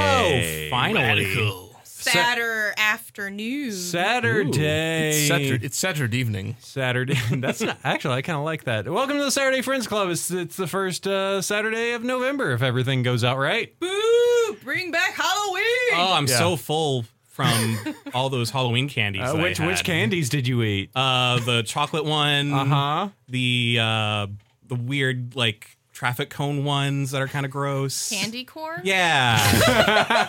Saturday. Finally. Radical. Saturday afternoon. Saturday. It's Saturday, it's Saturday evening. Saturday. That's not, actually I kind of like that. Welcome to the Saturday Friends Club. It's it's the first uh, Saturday of November if everything goes out right. Boo! Bring back Halloween. Oh, Oh, I'm Yeah. so full from all those Halloween candies. Uh, that I which which had. candies did you eat? Uh, the chocolate one. Uh huh. The uh, the weird like traffic cone ones that are kind of gross. Candy corn. Yeah,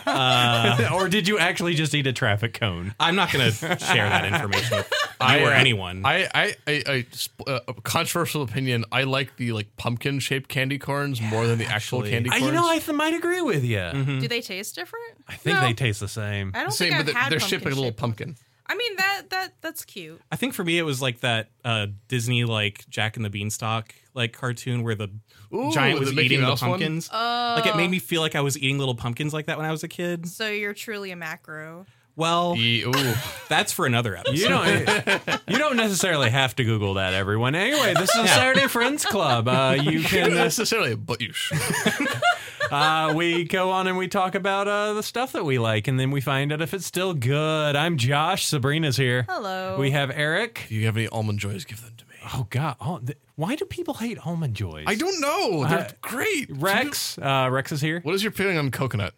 Uh-huh. or did you actually just eat a traffic cone? I'm not gonna share that information with you I, or uh, anyone. I, I, I, I sp- uh, controversial opinion. I like the like pumpkin shaped candy corns more than the actual actually. candy I, corns. you know, I th- might agree with you. Do they taste different? I think they taste the same. I don't same, think but I've they're, had they're pumpkin shaped like a little shaped one. pumpkin. I mean that that that's cute. I think for me it was like that uh, Disney like Jack and the Beanstalk like cartoon where the Ooh, giant was the Mickey eating the Mouse one? pumpkins. like it made me feel like I was eating little pumpkins like that when I was a kid. So you're truly a macro. Oh Well, Ye- ooh. that's for another episode. You don't. you don't necessarily have to Google that, everyone. Anyway, this is Saturday Friends Club. Uh, you Not can. necessarily, but you should. Uh, we go on and we talk about uh, the stuff that we like, and then we find out if it's still good. I'm Josh. Sabrina's here. Hello. We have Eric. If you have any almond joys, give them to me. Oh God. Oh, th- why do people hate almond joys? I don't know. They're Uh, great. Rex. Uh, Rex is here. What is your feeling on coconut?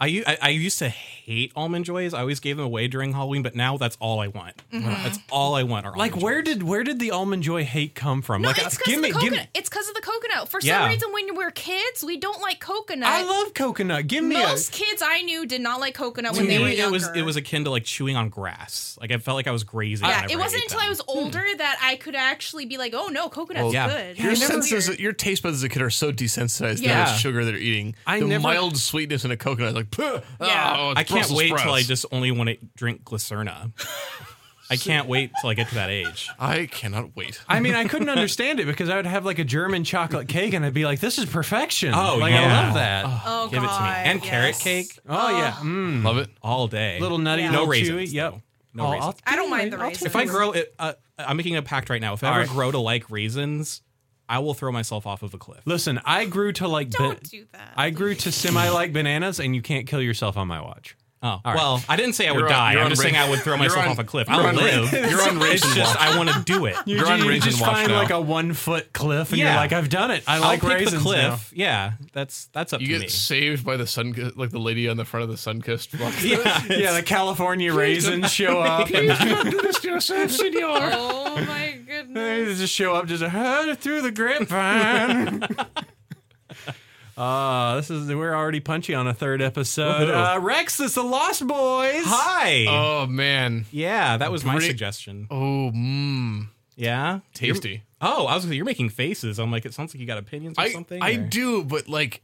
I, u- I I used to hate almond joys. I always gave them away during Halloween, but now that's all I want. Mm-hmm. That's all I want. Are Like, almond where joys. did where did the almond joy hate come from? No, like, it's uh, because of the give coconut. me. It's because of the coconut. For Yeah. some reason, when we were kids, we don't like coconut. I love coconut. Give me a. Most kids I knew did not like coconut to when they were me younger. it was it was akin to like chewing on grass. Like I felt like I was grazing. yeah, whenever it wasn't ate until I them. was older that I could actually be like, oh no, coconut's Well, yeah. good. Your It's senses, weird. your taste buds as a kid are so desensitized to Yeah. the sugar they're eating. I the never- mild sweetness in a coconut, like, yeah. Yeah. oh, it's I can't Brussels wait till I sprouts. just only want to drink glycerna. I can't wait till I get to that age. I cannot wait. I mean, I couldn't understand it because I would have like a German chocolate cake, and I'd be like, "This is perfection." Oh, like yeah. I love that. Oh, Oh Give it to me. God, And carrot yes. cake yeah, mm, Love it. all day. little nutty, Yeah. no little raisins. chewy. Yep. though. No Oh, raisins. I'll- I don't mind the I'll raisins. take if I it. grow it, uh, I'm making a pact right now. If I All ever right. grow to like raisins, I will throw myself off of a cliff. listen, I grew to like. Don't do that. I grew to semi like bananas, and you can't kill yourself on my watch. Oh well, I didn't say I would You're on- die. you're I'm on just ra- saying I would throw you're myself on- off a cliff. you're I'll on ra- live. you're on raisin It's just watch. I want to do it. You, You're on you raisin just watch find now. like a one foot cliff, and you're Yeah. like, "I've done it. I I'll like pick raisins." the cliff. now." Yeah, that's that's up You to get me. saved by the sun, like the lady on the front of the sunkissed box. Yeah, the California raisins show up. and do this to yourself, senor. Oh my goodness. They just show up, just heard it through the grapevine. Uh, this is we're already punchy on a third episode. Woohoo. Uh, Rex, it's the Lost Boys. Hi. Oh man. yeah, that was my Great- suggestion. Oh, mmm, Yeah, You're- tasty. oh, I was gonna say you're making faces. I'm like, it sounds like you got opinions or I something. I or- do, but like,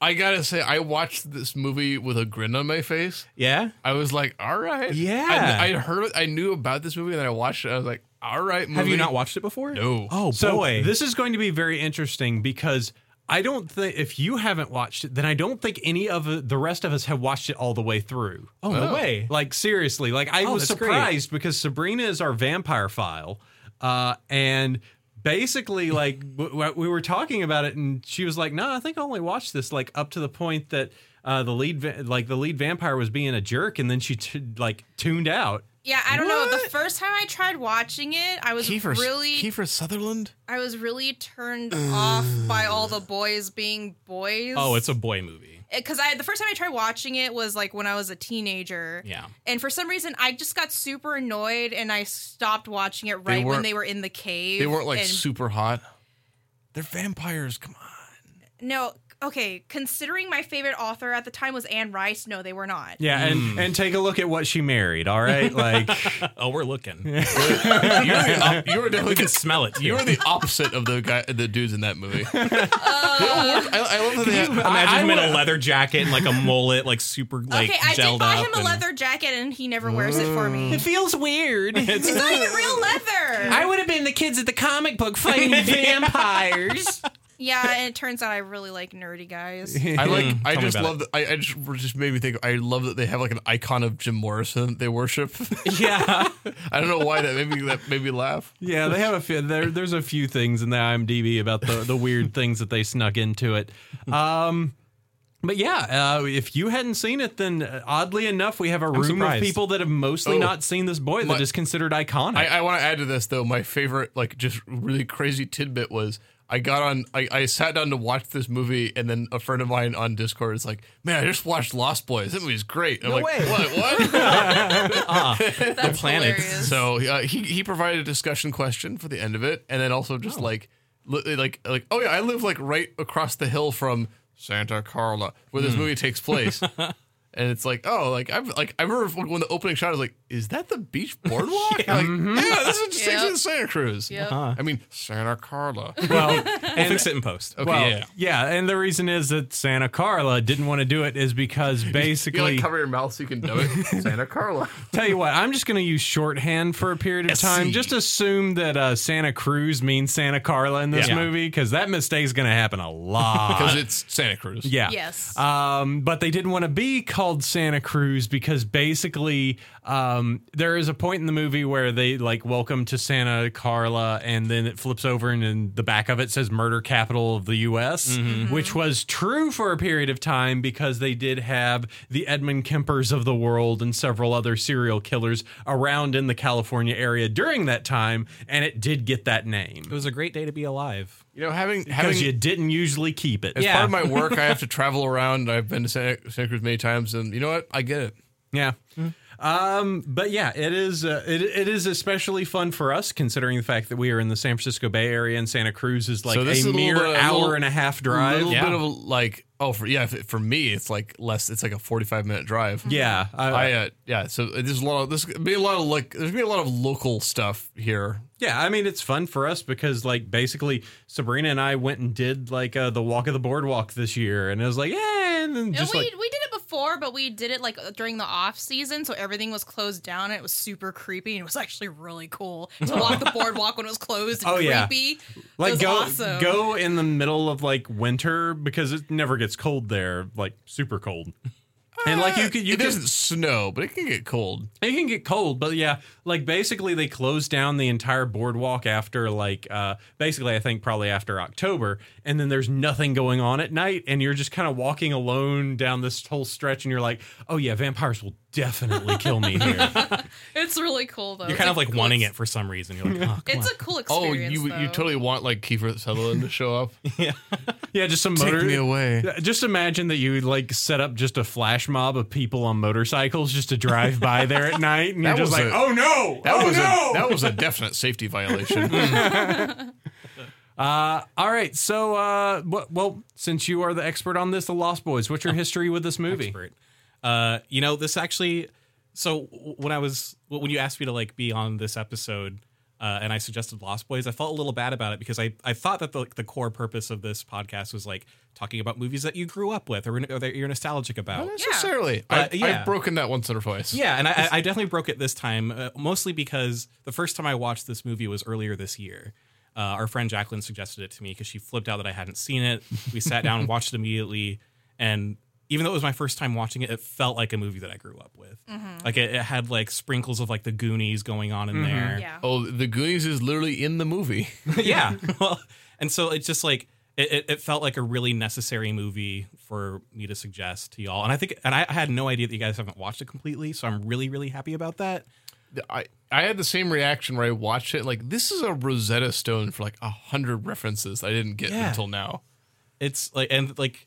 I gotta say, I watched this movie with a grin on my face. Yeah. I was like, all right. Yeah. I, I heard, I knew about this movie, and then I watched it. I was like, all right. Movie. Have you not watched it before? No. Oh So boy. this is going to be very interesting because I don't think if you haven't watched it, then I don't think any of uh, the rest of us have watched it all the way through. oh no Oh. way. Like seriously, like I Oh, was that's great. surprised because Sabrina is our vampire file, uh, and basically, like w- w- we were talking about it, and she was like, "No, I think I only watched this like up to the point that uh, the lead, va- like the lead vampire, was being a jerk, and then she t- like tuned out." Yeah, I don't know. The What? first time I tried watching it, I was Kiefer, really Kiefer Sutherland. I was really turned off by all the boys being boys. Oh, it's a boy movie. because I the first time I tried watching it was like when I was a teenager. Yeah. And for some reason, I just got super annoyed and I stopped watching it right when weren't- they were in the cave. They weren't like and- super hot. They're vampires. Come on. No, okay. Considering my favorite author at the time was Anne Rice, no, they were not. Yeah, and and take a look at what she married. All right, like Oh, we're looking. You were, the op- you were We definitely can the, smell it. you too. were the opposite of the guy, the dudes in that movie. They all look- I, I love that they have, Imagine I- I him in would- a leather jacket and like a mullet, like super like okay, I gelled did buy up him a and- leather jacket and he never wears it for me. It's feels weird. not even real leather. I would have been the kids at the comic book fighting vampires. yeah, and it turns out I really like nerdy guys. I like. I tell me just about love. That, I, I just just made me think. I love that they have like an icon of Jim Morrison that they worship. yeah. I don't know why that made me that made me laugh. Yeah, they have a few. There, there's a few things in the IMDb about the, the weird things that they snuck into it. Um, But yeah, uh, if you hadn't seen it, then uh, oddly enough, we have a room surprised. of people that have mostly Oh. not seen this boy that My- is considered iconic. I, I want to add to this though. My favorite, like, just really crazy tidbit was I got on, I, I sat down to watch this movie, and then a friend of mine on Discord is like, "Man, I just watched Lost Boys. That movie's great." And I'm No like, way. What? What? That's hilarious. planets. so uh, he he provided a discussion question for the end of it, and then also just like li- like like oh yeah, I live like right across the hill from Santa Carla, where this movie takes place. And it's like, oh, like I've like I remember when the opening shot I was like, is that the beach boardwalk? yeah. Mm-hmm. Uh-huh. Like, yeah, this is just takes me Yep. to Santa Cruz. Yep. I mean Santa Carla. well, We'll fix it in post. Okay. well, yeah. yeah. and the reason is that Santa Carla didn't want to do it is because you basically, like cover your mouth so you can know it. Santa Carla. tell you what, I'm just going to use shorthand for a period of SC. time. Just assume that uh, Santa Cruz means Santa Carla in this Yeah. movie because that mistake is going to happen a Because lot. it's Santa Cruz. yeah. Yes. Uh, Um, but they didn't want to be called Santa Cruz because basically um, there is a point in the movie where they like welcome to Santa Carla, and then it flips over, and in the back of it says murder capital of the U.S., Mm-hmm. which was true for a period of time because they did have the Edmund Kempers of the world and several other serial killers around in the California area during that time, and it did get that It name was a great day to be alive. You know, having having because you didn't usually keep it. As Yeah. part of my work, I have to travel around. I've been to Santa, Santa Cruz many times, and you know what? I get it. Yeah. Mm-hmm. Um, but yeah, it is uh, it, it is especially fun for us considering the fact that we are in the San Francisco Bay Area and Santa Cruz is like So this a is a little mere bit- a hour little- and a half drive. little yeah. bit of a, like, oh, for yeah, for for me, it's like less. It's like a forty-five minute drive. yeah, I, I uh, yeah. So there's a lot of this be a lot of like there's gonna be a lot of local stuff here. yeah, I mean it's fun for us because like basically Sabrina and I went and did like uh, the walk of the boardwalk this year and it was like yeah, and then And just we like we did it before, but we did it like uh, during the off season, so everything was closed down. and It was super creepy, and it was actually really cool to walk the boardwalk when it was closed. And Oh, yeah. creepy. It like was go awesome. go in the middle of like winter because it never gets cold there, like super cold. And like you could you it could, doesn't snow, but it can get cold. It can get cold, but yeah, like basically they closed down the entire boardwalk after like uh basically I think probably after October and then there's nothing going on at night and you're just kind of walking alone down this whole stretch and you're like, "Oh yeah, vampires will definitely kill me here." It's really cool though. You're It's kind a of like cool wanting ex- it for some reason. You're like, oh, come It's on. a cool Oh, experience. you you though. totally want like Kiefer Sutherland to show up? yeah, just some Take motor me away. Yeah, Just imagine that you like set up just a flash mob of people on motorcycles just to drive by there at night and you're That just was like, a- "Oh no." That oh was no! a that was a definite safety violation. Uh, all right. So, uh, wh- well, since you are the expert on this, The Lost Boys, what's your history with this movie? expert. Uh, you know, this actually. So w- when I was when you asked me to like be on this episode, uh, and I suggested Lost Boys, I felt a little bad about it because I I thought that the like, the core purpose of this podcast was like talking about movies that you grew up with or, or that you're nostalgic about. Not necessarily. Uh, I, yeah. I've broken that once or twice. Yeah, and I, I- I definitely broke it this time, uh, mostly because the first time I watched this movie was earlier this year. Uh, our friend Jacqueline suggested it to me because she flipped out that I hadn't seen it. We sat down and watched it immediately, and even though it was my first time watching it, it felt like a movie that I grew up with. Like it, it had like sprinkles of like the Goonies going on in there. Yeah. Oh, the Goonies is literally in the movie. yeah. Well, and so it's just like it, it, it felt like a really necessary movie for me to suggest to y'all. And I think, and I, I had no idea that you guys haven't watched it completely, so I'm really, really happy about that. I I had the same reaction where I watched it. Like this is a Rosetta Stone for like a hundred references I didn't get Yeah. until now. it's like and like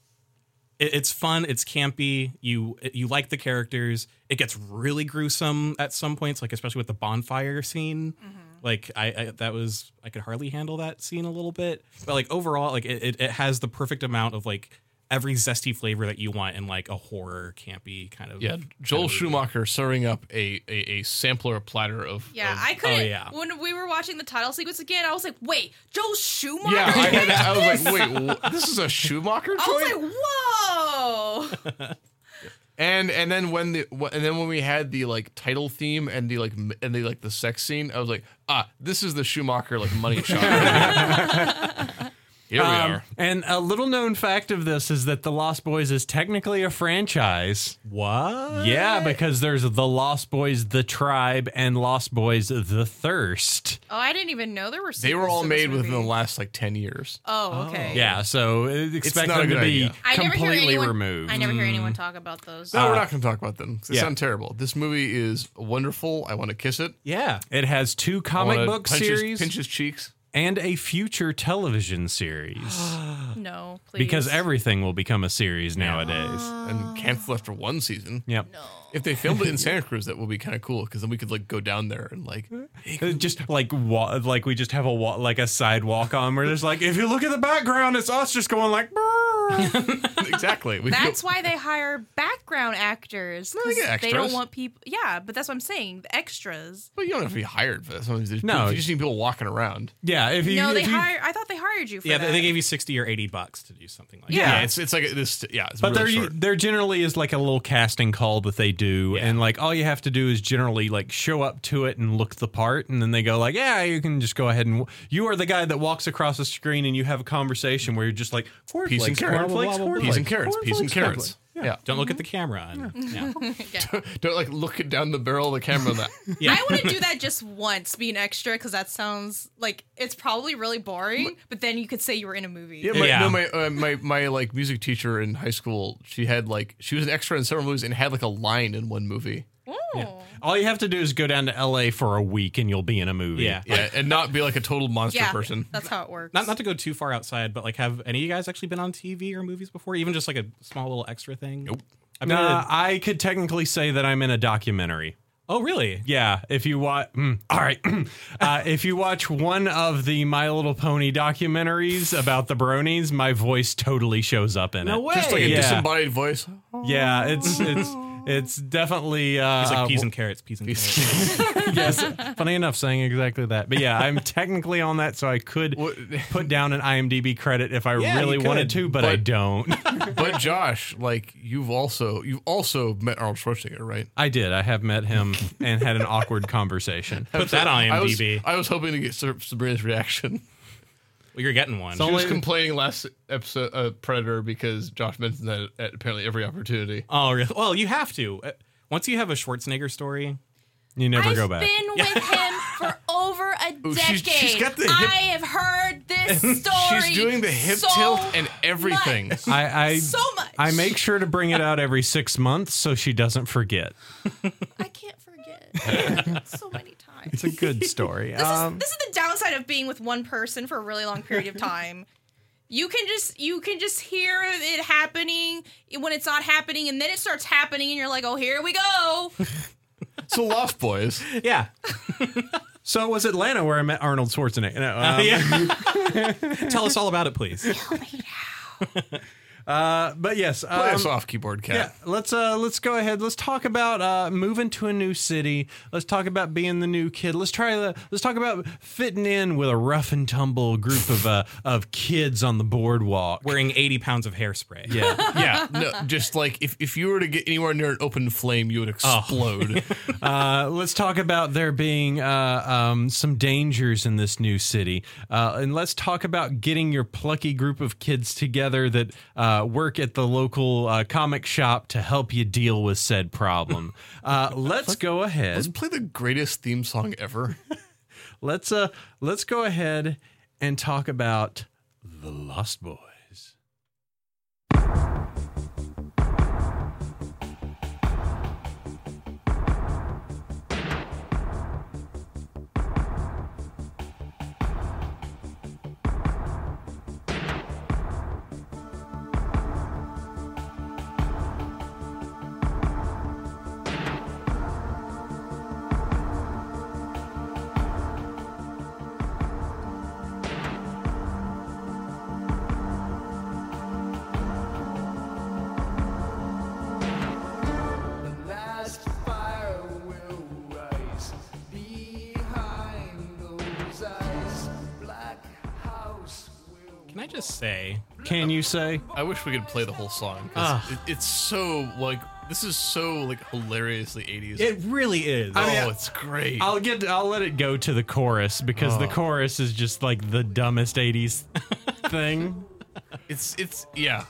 it, it's fun it's campy you you like the characters it gets really gruesome at some points like especially with the bonfire scene like I, I that was i could hardly handle that scene a little bit but like overall like it, it, it has the perfect amount of like every zesty flavor that you want in like a horror campy kind of Yeah, Joel Schumacher serving up a a, a sampler platter of Yeah, of- I couldn't. yeah. When we were watching the title sequence again, I was like, "Wait, Joel Schumacher!" yeah. I, had that- I was like, wait, wh- this is a Schumacher I was like, joint. "Whoa!" and and then when the wh- and then when we had the like title theme and the like m- and the like the sex scene, I was like, ah, this is the Schumacher like money shot. right here. Here we Um, are. and a little known fact of this is that The Lost Boys is technically a franchise. What? Yeah, because there's The Lost Boys, The Tribe, and Lost Boys, The Thirst. Oh, I didn't even know there were. They were sequels all to this made within the movie. last like ten years. Oh, okay. Yeah, so uh, expect not a them to good be idea. I never hear completely anyone. removed. I never hear anyone talk about those. No, we're not going to talk about them. 'cause They yeah. sound terrible. This movie is wonderful. I want to kiss it. yeah, it has two I comic wanna book punch his- series pinch his cheeks. and a future television series no, please. because everything will become a series nowadays. and cancel after one season. Yep. If they filmed it in Santa Cruz, that would be kind of cool because then we could like go down there and like Uh, just like wa- like we just have a wa- like a sidewalk on where there's like if you look at the background it's us just going like "Brrr." exactly. We could That's go, why they hire background actors. they 'cause get They don't extras. want people. Yeah, but that's what I'm saying. The extras. But you don't have to be hired for that. Sometimes you just- No. you just need people walking around. yeah if you No, if they you- hire. I thought they hired you for Yeah, that. they they gave you 60 or 80 bucks to do something like Yeah, Yeah. it's it's like this. Yeah, it's but really there short. there generally is like a little casting call that they do Yeah. and like all you have to do is generally like show up to it and look the part and then they go like yeah you can just go ahead and w- you are the guy that walks across the screen and you have a conversation where you're just like peas and cornflakes carrots, cornflakes peas and cornflakes, carrots, peas and cornflakes, carrots. Yeah. Don't look at the camera. And, yeah. don't like look it down the barrel of the camera. That I want to do that just once, be an extra, because that sounds like it's probably really boring. But then you could say you were in a movie. yeah, my, Yeah. no, my, uh, my my like music teacher in high school, she had like she was an extra in several movies and had like a line in one movie. Oh. all you have to do is go down to la for a week and you'll be in a movie Yeah. Yeah, and not be like a total monster Yeah, person. that's how it works. Not not to go too far outside, but like, have any of you guys actually been on TV or movies before? Even just like a small little extra thing. Nope. I mean, Nah, I could technically say that I'm in a documentary. oh really? Yeah, if you watch, mm, all right, uh, if you watch one of the My Little Pony documentaries about the Bronies, my voice totally shows up in it. Just like a Yeah. disembodied voice. Yeah, it's it's it's definitely uh, It's like peas uh, and carrots, peas and carrots. yes. Funny enough, saying exactly that, but yeah, I'm technically on that, so I could What- put down an IMDb credit if I Yeah, really you wanted could, to, but, I but- don't. But Josh, like you've also you've also met Arnold Schwarzenegger, right? I did. I have met him and had an awkward conversation. Put that on I was, IMDb. I was hoping to get Sir- Sabrina's reaction. Well, you're getting one. She So- was Only- complaining last episode uh, Predator because Josh mentioned that at apparently every opportunity. oh really? Well, you have to. Uh, Once you have a Schwarzenegger story, You never I've go back. been with him for over a decade. Ooh, Oh, she's- she's got the hip- I have heard this story. She's doing the hip so tilt and everything. much. I, I So much. I make sure to bring it out every six months so she doesn't forget. I can't forget. so many times. It's a good story. um, this is the downside of being with one person for a really long period of time. You can just you can just hear it happening when it's not happening, and then it starts happening, and you're like, "Oh, here we go!" so Lost Boys. yeah, so it was Atlanta where I met Arnold Schwarzenegger. No, um, yeah. Tell us all about it, please. uh, but yes, um, Play us off keyboard yeah. cat. Let's uh, let's go ahead. Let's talk about uh, moving to a new city. Let's talk about being the new kid. Let's try the. Let's talk about fitting in with a rough and tumble group of uh, of kids on the boardwalk. Wearing 80 pounds of hairspray. yeah. Yeah. Uh, No, just like if, if you were to get anywhere near an open flame, Oh. you would explode. Uh, let's talk about there being uh, um, some dangers in this new city. Uh, and let's talk about getting your plucky group of kids together that uh, work at the local uh, comic shop to help you deal with said problem. Uh, let's go Let's ahead. play the greatest theme song ever. Let's uh, let's go ahead and talk about the Lost Boys. Thank I just say? Can you say? I wish we could play the whole song 'cause Ah. it, it's so like this is so like hilariously 80s. It really is. oh, I mean, it's great. I'll get. I'll let it go to the chorus because the chorus is just like the dumbest '80s thing. It's it's yeah.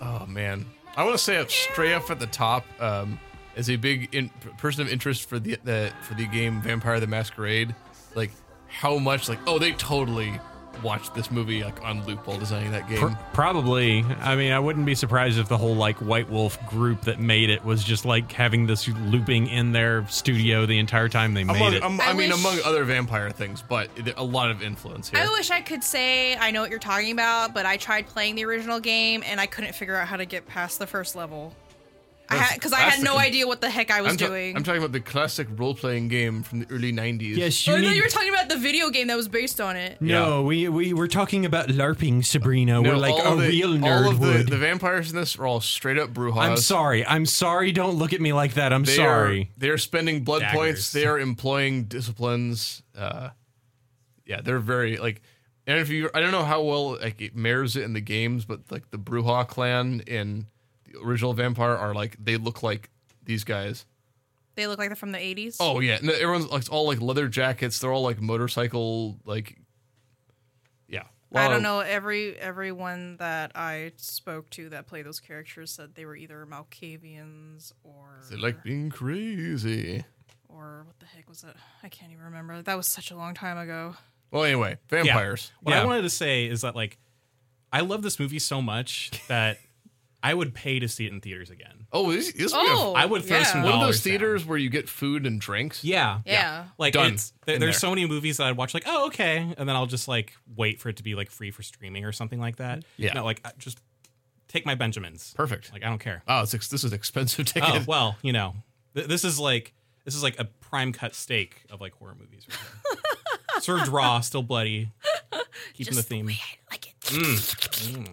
Oh man, I want to say up straight up at the top um, as a big in, person of interest for the, the for the game Vampire the Masquerade. Like how much like oh they totally watched this movie like on loop while designing that game. Pr- probably. I mean, I wouldn't be surprised if the whole like White Wolf group that made it was just like having this looping in their studio the entire time they made among, it. um, I I, mean wish- among other vampire things, but there- a lot of influence here. I wish I could say I know what you're talking about, but I tried playing the original game and I couldn't figure out how to get past the first level. I That's- had because I that's had the no con- idea what the heck I was I'm, ta- doing. I'm talking about the classic role playing game from the early 90s. yes, oh, you I thought need. you were talking about the video game that was based on it. Hmm? no, we we were talking about LARPing, Sabrina. we're like all a of the- real nerd All of the, would. the vampires in this are all straight up Brujas. I'm sorry. I'm sorry. Don't look at me like that. I'm They sorry. Are, they're spending blood Daggers. points. They are employing disciplines. Uh, yeah, they're very like. And if you, I don't know how well like it mirrors it in the games, but like the Bruja clan in the original Vampire are like they look like these guys. They look like they're from the 80s. Oh yeah, no, everyone's like it's all like leather jackets. They're all like motorcycle like. Yeah, I Wow. don't know. Every everyone that I spoke to that played those characters said they were either Malkavians or They like being crazy. or what the heck was it? I can't even remember. That was such a long time ago. Well, anyway, vampires. What Yeah. I wanted to say is that like I love this movie so much that I would pay to see it in theaters again. Oh, this, this would have- Oh, I would throw yeah. some one of dollars those down. theaters where you get food and drinks. Yeah, Yeah. Like Done. it's there, In there's there. so many movies that I'd watch like oh okay, and then I'll just like wait for it to be like free for streaming or something like that. Yeah. no, like I- just take my Benjamins. Perfect. Like I don't care. Oh, it's ex- this is expensive ticket. Oh well, you know th- this is like this is like a prime cut steak of like horror movies. Right here. Served raw, still bloody, keeping the theme. Like it. Hmm.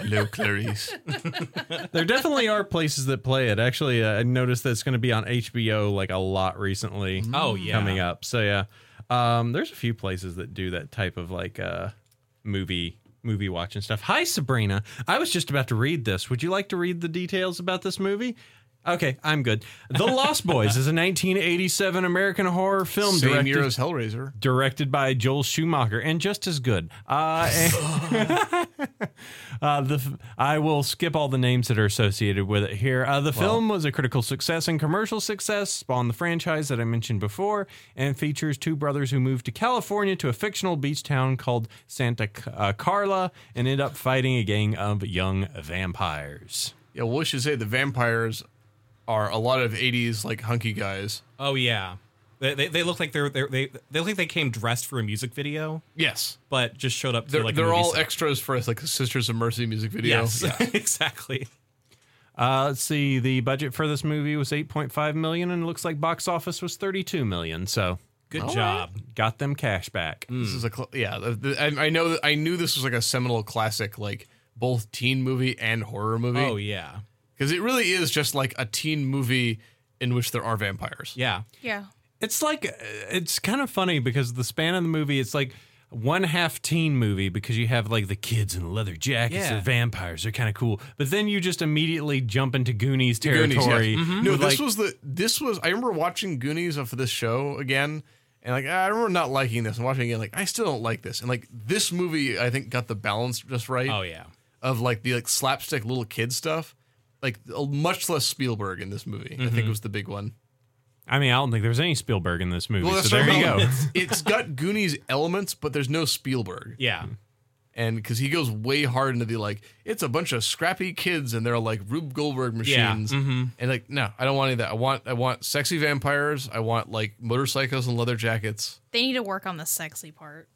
Hello, Clarice. There definitely are places that play it. Actually, uh, I noticed that's going to be on HBO like a lot recently. Oh, yeah. coming up. So yeah, um, there's a few places that do that type of like uh, movie movie watching stuff. Hi, Sabrina. I was just about to read this. Would you like to read the details about this movie? Okay, I'm good. The Lost Boys is a 1987 American horror film Same directed year as Hellraiser. directed by Joel Schumacher, and just as good. Uh, and- uh, the f- I will skip all the names that are associated with it here. Uh, the film was a critical success and commercial success, spawned the franchise that I mentioned before, and features two brothers who move to California to a fictional beach town called Santa C- uh, Carla and end up fighting a gang of young vampires. Yeah, well, we should say the vampires are a lot of 80s like hunky guys. Oh yeah, they they, they look like they're, they're they they look like they came dressed for a music video, Yes. but just showed up. To They're, like a they're movie all set. extras for like the Sisters of Mercy music video. Yes, Yeah. exactly. Uh, let's see. The budget for this movie was 8.5 million, and it looks like box office was 32 million. So Good job. got them cash back. Hmm. This is a cl- yeah. The, the, I, I know that I knew this was like a seminal classic, like both teen movie and horror movie. Oh yeah, because it really is just like a teen movie in which there are vampires. yeah. Yeah. It's like uh, it's kind of funny because the span of the movie, it's like one half teen movie because you have like the kids in the leather jackets, Yeah. they're vampires, they're kind of cool. But then you just immediately jump into Goonies Mm-hmm. territory. Goonies, yes. Mm-hmm. No, with, this like- was the this was. I remember watching Goonies for this show again, and like I remember not liking this and watching it again. Like I still don't like this, and like this movie, I think got the balance just right. Oh yeah. Of like the like slapstick little kid stuff, like a- much less Spielberg in this movie. I think was the big one. I mean, I don't think there was any Spielberg in this movie. so there what you I'm- go. it's got Goonies elements, but there's no Spielberg, Yeah. and because he goes way hard into the like, it's a bunch of scrappy kids and they're like Rube Goldberg Yeah. machines. hmm And like, no, I don't want any of that. I want I want sexy vampires. I want like motorcycles and leather jackets. They need to work on the sexy part.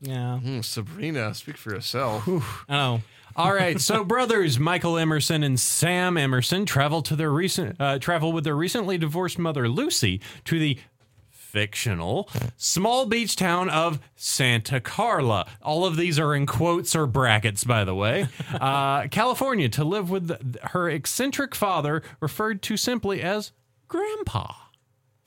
Yeah. Hmm, Sabrina, speak for yourself. Oh. All right, so brothers Michael Emerson and Sam Emerson travel to their recent uh, travel with their recently divorced mother Lucy to the fictional small beach town of Santa Carla. All of these are in quotes or brackets, by the way. Uh, California to live with th- her eccentric father, referred to simply as Grandpa.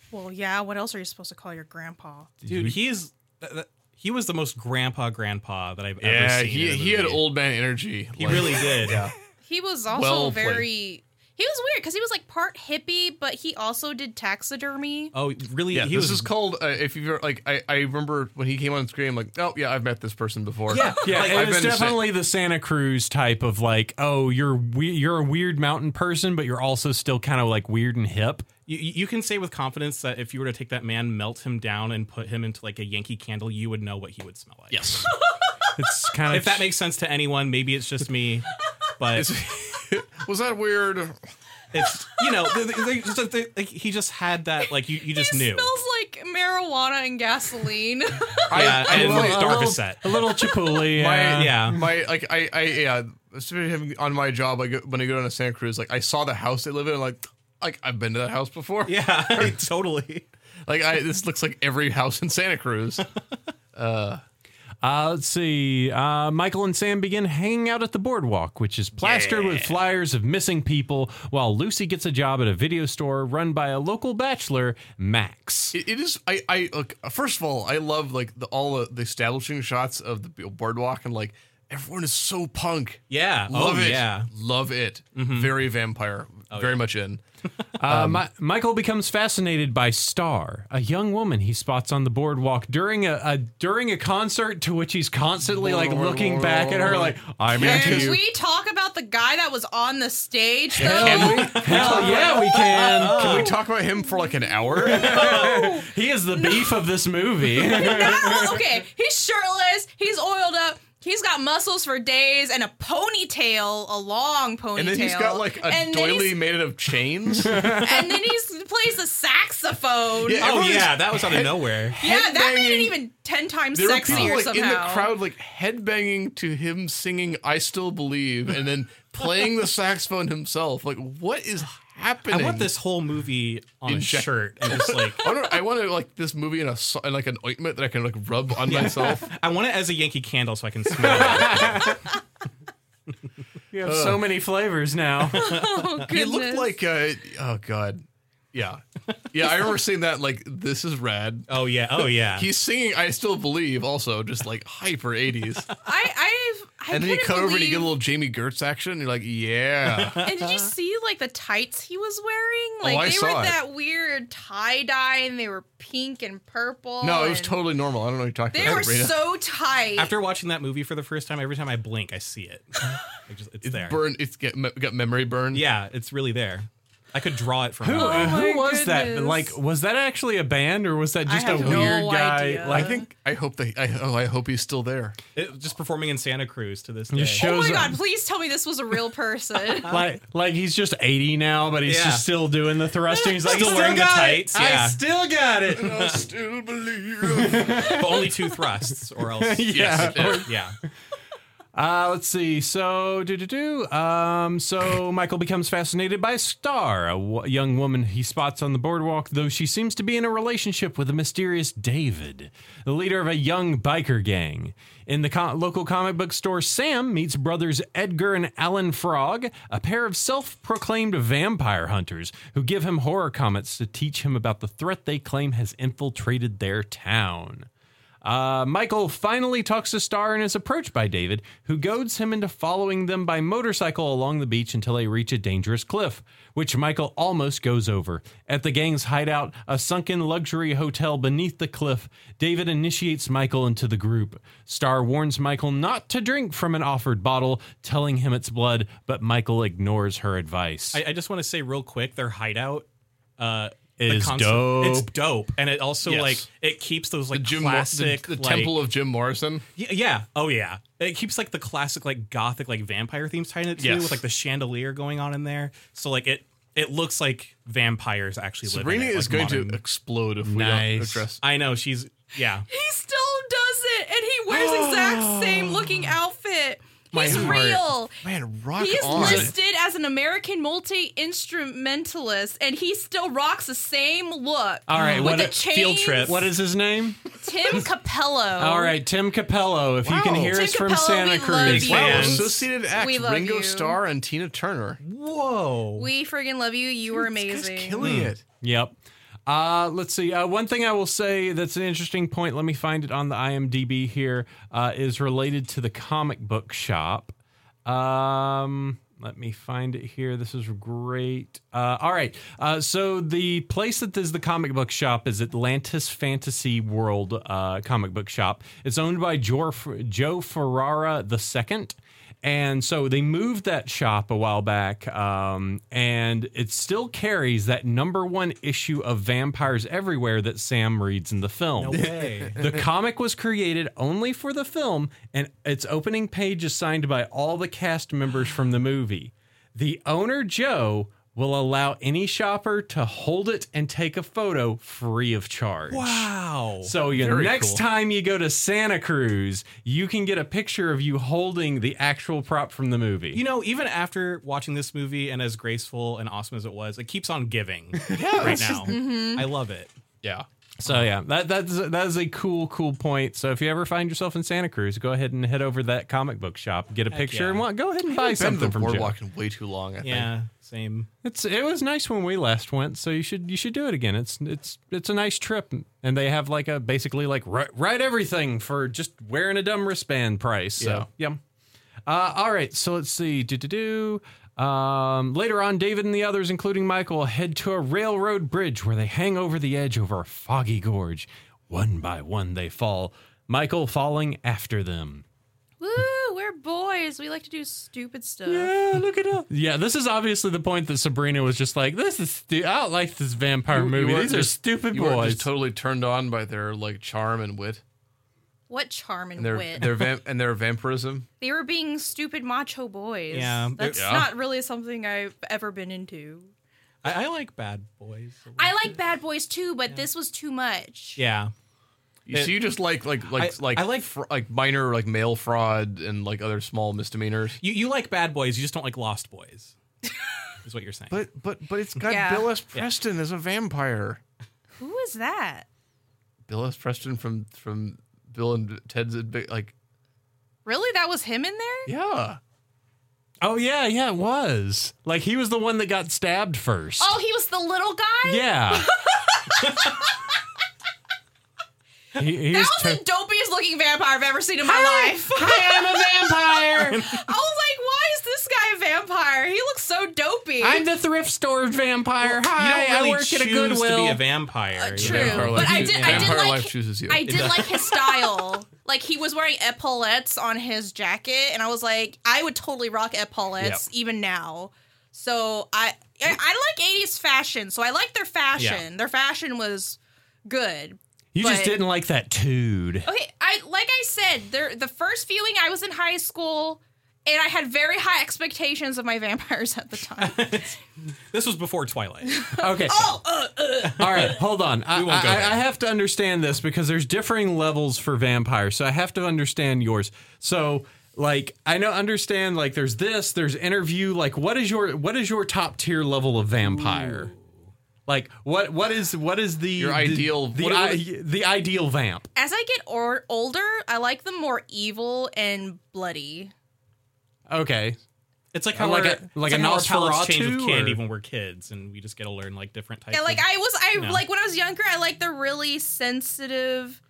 Well, yeah. What else are you supposed to call your grandpa? Dude, he is. th- th- he was the most grandpa grandpa that I've ever Yeah, seen. he in a he had movie. old man energy. He really did. yeah. He was also Well played. very. He was weird because he was like part hippie, but he also did taxidermy. Uh, Oh, really? Yeah, he this was is called. Uh, if you've ever, like, I, I remember when he came on screen. I'm like, oh yeah, I've met this person before. Yeah, yeah. Like, it I've was been to San- definitely the Santa Cruz type of like, oh, you're we- you're a weird mountain person, but you're also still kind of like weird and hip. You, you can say with confidence that if you were to take that man, melt him down, and put him into like a Yankee candle, you would know what he would smell like. Yes. It's kind of If that makes sense to anyone, maybe it's just me, but it's, Was that weird? you know, they- they- they just- they- like, he just had that like you, you just He knew. smells like marijuana and gasoline. yeah, I and love- like I Dark love- Set. a little Chipotle. My, yeah. yeah. My like I I yeah. Especially him on my job, like when I go down to Santa Cruz, like I saw the house they live in, like like I've been to that house before. Yeah, totally. Like I this looks like every house in Santa Cruz. Uh, let's see. Uh, Michael and Sam begin hanging out at the boardwalk, which is plastered with flyers of missing people, while Lucy gets a job at a video store run by a local bachelor, Max. It, it is. I. I look. First of all, I love like the, all the, the establishing shots of the boardwalk and like everyone is so punk. Yeah. Love oh, it. yeah. Mm-hmm. Oh, Love it. Very vampire. very much in. Uh, Mi- Michael becomes fascinated by Star, a young woman he spots on the boardwalk during a, a during a concert to which he's constantly like looking back at her like I'm into Can you. we talk about the guy that was on the stage though? Can we? Hell yeah, we can. Oh. Can we talk about him for like an hour? He is the beef of this movie. No, okay, he's shirtless, he's oiled up, he's got muscles for days, and a ponytail, a long ponytail. and then he's got like a and then doily he's- made out of chains. and then he plays the saxophone. Yeah, Yeah, Oh, Everyone's yeah. That was out of nowhere. that made it headbanging. even ten times There were sexier people like somehow. in the crowd like headbanging to him singing "I Still Believe" and then playing the saxophone himself. Like, what is happening? I want this whole movie on In a check. shirt and just like I want, I want to like this movie in a so- in like an ointment that I can like rub on myself. I want it as a Yankee candle so I can smell it. we have so many flavors now. Oh, He looked like uh, oh god, yeah, yeah. I remember seeing that. Like this is rad. Oh yeah. Oh yeah. He's singing "I Still Believe" also, just like hyper eighties. I, I've. I And then you couldn't cut over and you believe- get a little Jamie Gertz action. And you're like, yeah, And did you see like the tights he was wearing? Oh, I Like they saw were it. that weird tie dye, and they were pink and purple. no, it was and totally normal. I don't know what you're talking They about. were Sabrina. so tight. After watching that movie for the first time, every time I blink, I see it. Like, just, it's there. burn. It's get, me- got memory burn. Yeah, it's really there. I could draw it from. Who, memory. who my was that? goodness. Like, was that actually a band or was that just a have no weird guy? idea. Like, I think I hope that I oh I hope he's still there. It- just performing in Santa Cruz to this day. just oh uh, shows my up- god! Please tell me this was a real person. like, like he's just 80 now, but he's Yeah. just still doing the thrusting. He's like, Still "I wearing the got it. tights, yeah. I still got it. I still believe. but only two thrusts, or else. yes, it is. Yeah. Uh, let's see. So, do do do. Um, so Michael becomes fascinated by Star, a w- young woman he spots on the boardwalk, though she seems to be in a relationship with a mysterious David, the leader of a young biker gang. In the co- local comic book store, Sam meets brothers Edgar and Alan Frog, a pair of self-proclaimed vampire hunters who give him horror comments to teach him about the threat they claim has infiltrated their town. Uh, Michael finally talks to Star and is approached by David, who goads him into following them by motorcycle along the beach until they reach a dangerous cliff, which Michael almost goes over. At the gang's hideout, a sunken luxury hotel beneath the cliff, David initiates Michael into the group. Star warns Michael not to drink from an offered bottle, telling him it's blood, but Michael ignores her advice. I, I just want to say real quick, their hideout. Uh, It the is concept- dope. It's dope, and it also Yes. like it keeps those like Jim Mor- classic the, the like- temple of Jim Morrison. Y- yeah. Oh yeah. It keeps like the classic like gothic like vampire themes tied in it too, Yes. with like the chandelier going on in there. So like it it looks like vampires actually. Sabrina live in it, is like, going modern- to explode if we don't Nice. address. I know she's yeah. he still does it, and he wears the exact same looking outfit. He's heart. real. Man, rock He is on. listed as an American multi instrumentalist, and he still rocks the same look. All right, with what the a- chains, field trip. what is his name? Tim Capello? All right, Tim Capello. If you can Wow. hear Tim us from Capello, Santa we Cruz. love you. Wow, fans. associated acts We love Ringo you. Starr and Tina Turner. Whoa. we friggin' love you. You were This guy's amazing. killing it. Yep. Uh, let's see. Uh, one thing I will say that's an interesting point. Let me find it on the IMDb here. Uh, is related to the comic book shop. Um, let me find it here. This is great. Uh, all right. Uh, so the place that is the comic book shop is Atlantis Fantasy World uh, comic book shop. It's owned by Joe, Joe Ferrara the second. And so they moved that shop a while back, um, and it still carries that number one issue of Vampires Everywhere that Sam reads in the film. No way. the comic was created only for the film, and its opening page is signed by all the cast members from the movie. The owner, Joe, will allow any shopper to hold it and take a photo free of charge. wow. So you know, Very next cool. time you go to Santa Cruz, you can get a picture of you holding the actual prop from the movie. you know, even after watching this movie and as graceful and awesome as it was, it keeps on giving right now. I love it. Yeah. so yeah, that that's that is a cool cool point. So if you ever find yourself in Santa Cruz, go ahead and head over to that comic book shop, get a picture, yeah. and want, go ahead and buy I've been to the something from Joe. boardwalk in way too long. I think. Yeah, same. It's it was nice when we last went, so you should you should do it again. It's it's it's a nice trip, and they have like a basically like ri- write everything for just wearing a dumb wristband price. So yeah. Uh, all right, so let's see. Do do do. Um, later on, David and the others, including Michael, head to a railroad bridge where they hang over the edge over a foggy gorge. One by one, they fall. Michael falling after them. Woo, we're boys. We like to do stupid stuff. Yeah, look it up. Yeah, this is obviously the point that Sabrina was just like, "This is stu- I don't like this vampire movie. weren't These are just- stupid You were boys." just totally turned on by their like charm and wit, What charm and and their wit. their vamp and their vampirism. they were being stupid macho boys. Yeah, they're- That's Yeah. not really something I've ever been into. I, I like bad boys. I like bad boys too, but this was too much. Yeah. You, so you just like like like I- like I like- fr- like minor like mail fraud and like other small misdemeanors. You you like bad boys, you just don't like lost boys. is what you're saying. But but but it's got Yeah. Bill S. Preston as a vampire. Who is that? Bill S. Preston from from Bill and Ted's Adve- like Really? That was him in there? yeah. oh yeah, yeah, it was. Like he was the one that got stabbed first. Oh, he was the little guy? yeah. he, he That was was ter- the dopiest looking vampire I've ever seen in my life. I am a vampire. I was like, why is this guy a vampire? He looks so dopey. I'm the thrift store vampire. you Hi, don't really I work choose at a Goodwill. Uh, to be a vampire. you True, know? Vampire but Life- I did. I did Vampire like. Life chooses you. I did like his style. like he was wearing epaulettes on his jacket, and I was like, I would totally rock epaulettes even now. So I, I, I like '80s fashion. So I like their fashion. Their fashion was good. you just but- didn't like that dude. Okay, I like I said, there the first viewing I was in high school. And I had very high expectations of my vampires at the time. This was before Twilight. Okay. Oh, uh, All right, hold on. I, won't go I- there. I have to understand this because there's differing levels for vampires, so I have to understand yours. So, like, I know understand like there's this, there's interview. Like, what is your what is your top tier level of vampire? Like, what what is what is the Your the- ideal- the what- i- the ideal vamp? As I get or- older, I like them more evil and bloody. Okay, It's like how Uh, Like our- a- it's like a how our palates change Nosferatu, with candy or- when we're kids, and we just get to learn like different types. Yeah, like of, I was, I No. like when I was younger, I liked the really sensitive,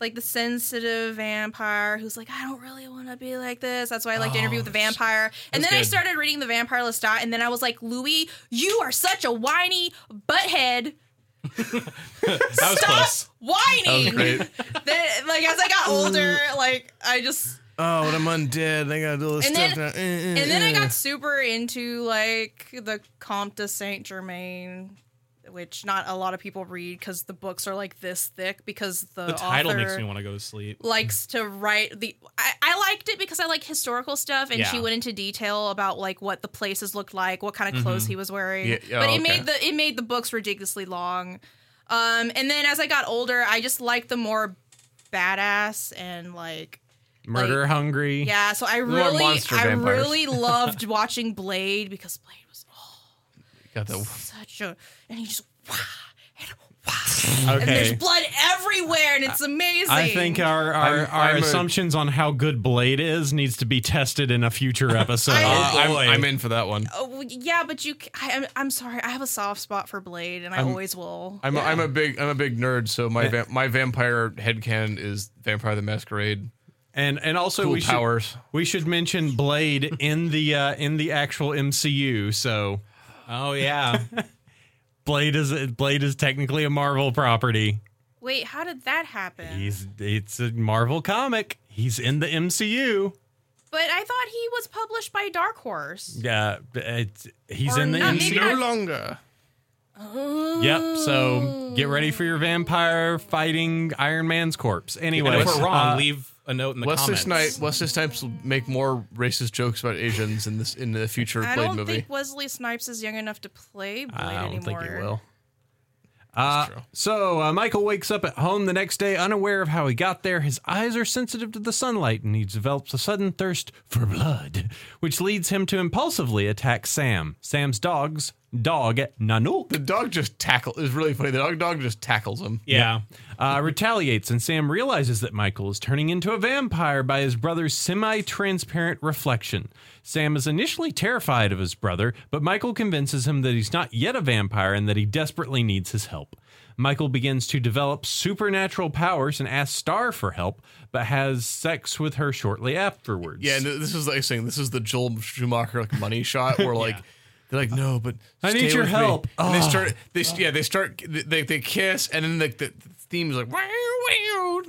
like the sensitive vampire who's like, I don't really want to be like this. That's why I like to interview with the vampire. And then Oh, that's I good. started reading the Vampire Lestat, and then I was like, Louis, you are such a whiny butthead. that was Stop close. whining. great. then, like as I got older, like I just Oh, and I'm undead. I gotta do all this And stuff. then- now. Eh, eh, and then I eh. got super into like the Comte de Saint Germain, which not a lot of people read because the books are like this thick because the, The title author makes me want to go to sleep. likes to write the. I, I liked it because I like historical stuff, and she Yeah. went into detail about like what the places looked like, what kind of Mm-hmm. clothes he was wearing. Yeah, yeah, but it oh, okay. made the it made the books ridiculously long. Um, and then as I got older, I just liked the more badass and like murder hungry. yeah, so I Little really, monster I vampires. really loved watching Blade because Blade was got the such a, and he just, wah, and there's Okay. blood everywhere, and it's amazing. I think uh, our our, I'm- our I'm a- assumptions on how good Blade is needs to be tested in a future episode. I- Uh, I'm, Oh, boy. I'm in for that one. Oh, well, yeah, but you. c- I, am I'm sorry. I have a soft spot for Blade, and I always will. I'm, a, I'm a big I'm a big nerd, so my va- my vampire headcanon is Vampire the Masquerade. and and also Cool we should powers. we should mention Blade in the uh, in the actual MCU. So Oh yeah. Blade is Blade is technically a Marvel property. Wait, how did that happen? He's it's a Marvel comic. He's in the MCU. But I thought he was published by Dark Horse. Yeah, it's, he's Or in the not, MCU. maybe not- longer. Yep. So get ready for your vampire fighting Iron Man's corpse. and Anyway, if we're wrong, uh, leave a note in the Wesley comments. Snipes. Wesley Snipes will make more racist jokes about Asians in this in the future I Blade don't movie. think Wesley Snipes is young enough to play Blade I don't anymore. think he will. Uh, true. so uh, Michael wakes up at home the next day, unaware of how he got there. His eyes are sensitive to the sunlight, and he develops a sudden thirst for blood, which leads him to impulsively attack Sam. Sam's dog's dog Nanook the dog just tackle is really funny. The dog dog just tackles him. Yeah. uh, retaliates, and Sam realizes that Michael is turning into a vampire by his brother's semi transparent reflection. Sam is initially terrified of his brother, but Michael convinces him that he's not yet a vampire and that he desperately needs his help. Michael begins to develop supernatural powers and asks Star for help, but has sex with her shortly afterwards. Yeah, and this is like saying this is the Joel Schumacher like money shot where like they're like no, but I stay need your with me." help. And they Ah. start they s- yeah they start they they kiss and then like the, the theme is like wow wow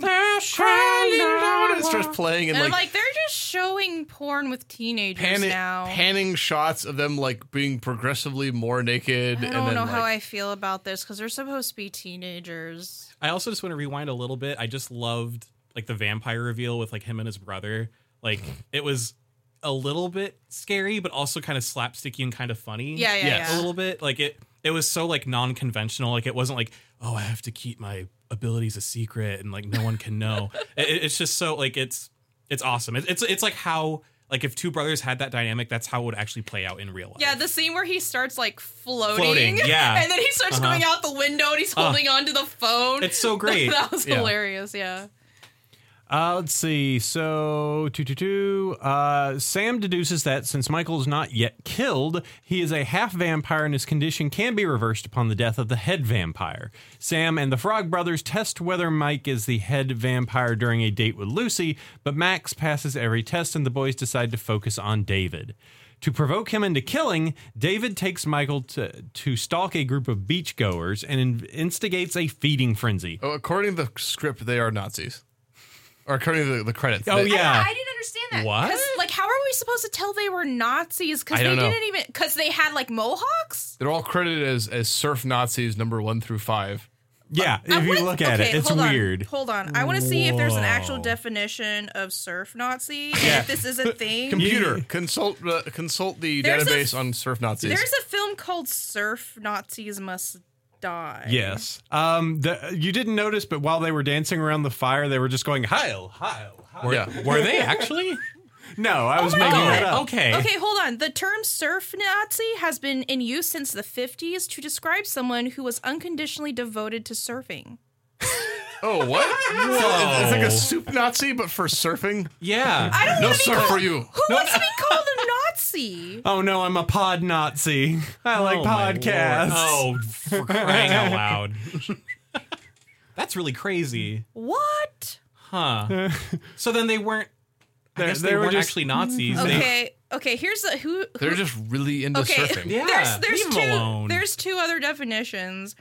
wow, and it starts playing and And I'm like, like, they're just showing porn with teenagers panning now. panning shots of them like being progressively more naked. I and don't then, know how like- I feel about this because they're supposed to be teenagers. I also just want to rewind a little bit. I just loved like the vampire reveal with like him and his brother. Like it was a little bit scary, but also kind of slapsticky and kind of funny. Yeah, yeah, Yes. yeah. A little bit. Like it it was so like non-conventional. Like it wasn't like, oh, I have to keep my abilities a secret and like no one can know. It- it- it's just so like it's it's awesome. It, it's it's like how like if two brothers had that dynamic, that's how it would actually play out in real life. Yeah, the scene where he starts like floating, Floating, yeah. and then he starts going out the window and he's holding on to the phone. It's so great. that was Yeah. hilarious. Yeah, Uh, let's see. So, two, two, two. Uh, Sam deduces that since Michael is not yet killed, he is a half vampire and his condition can be reversed upon the death of the head vampire. Sam and the Frog Brothers test whether Mike is the head vampire during a date with Lucy, but Max passes every test and the boys decide to focus on David. To provoke him into killing, David takes Michael to, to stalk a group of beachgoers and in- instigates a feeding frenzy. Oh, according to the script, they are Nazis. Or according to the, the credits. Oh, they- yeah. I didn't understand that. What? 'Cause, like how are we supposed to tell they were Nazis? Because I they don't know. didn't even because they had like mohawks. They're all credited as as surf Nazis number one through five. Yeah, if I you wouldn't- look at okay, it, it's hold on, weird. hold on, I want to see if there's an actual Whoa. definition of surf Nazi. and Yeah. if this is a thing. Computer, consult uh, consult the There's a database f- on surf Nazis. There's a film called Surf Nazis Must Die. Yes. Um, the, you didn't notice, but while they were dancing around the fire, they were just going Heil, Heil, Heil. yeah. Were Oh they actually? No, I was my making God. that up. okay. Eh. Okay, hold on. The term surf Nazi has been in use since the 50s to describe someone who was unconditionally devoted to surfing. Oh, what? So it's like a soup Nazi, but for surfing. Yeah. I don't No want to be surf called, for you. Who wants to be called a Nazi? oh no, I'm a pod Nazi. I like Oh, my podcasts. Lord. Oh, for crying out loud. That's really crazy. What? Huh. So then they weren't I They- guess they, they were weren't just- actually Nazis. They- Okay, okay. Here's the who. who- They're just really into okay. surfing. Yeah. there's there's leave 'em two alone. there's two other definitions.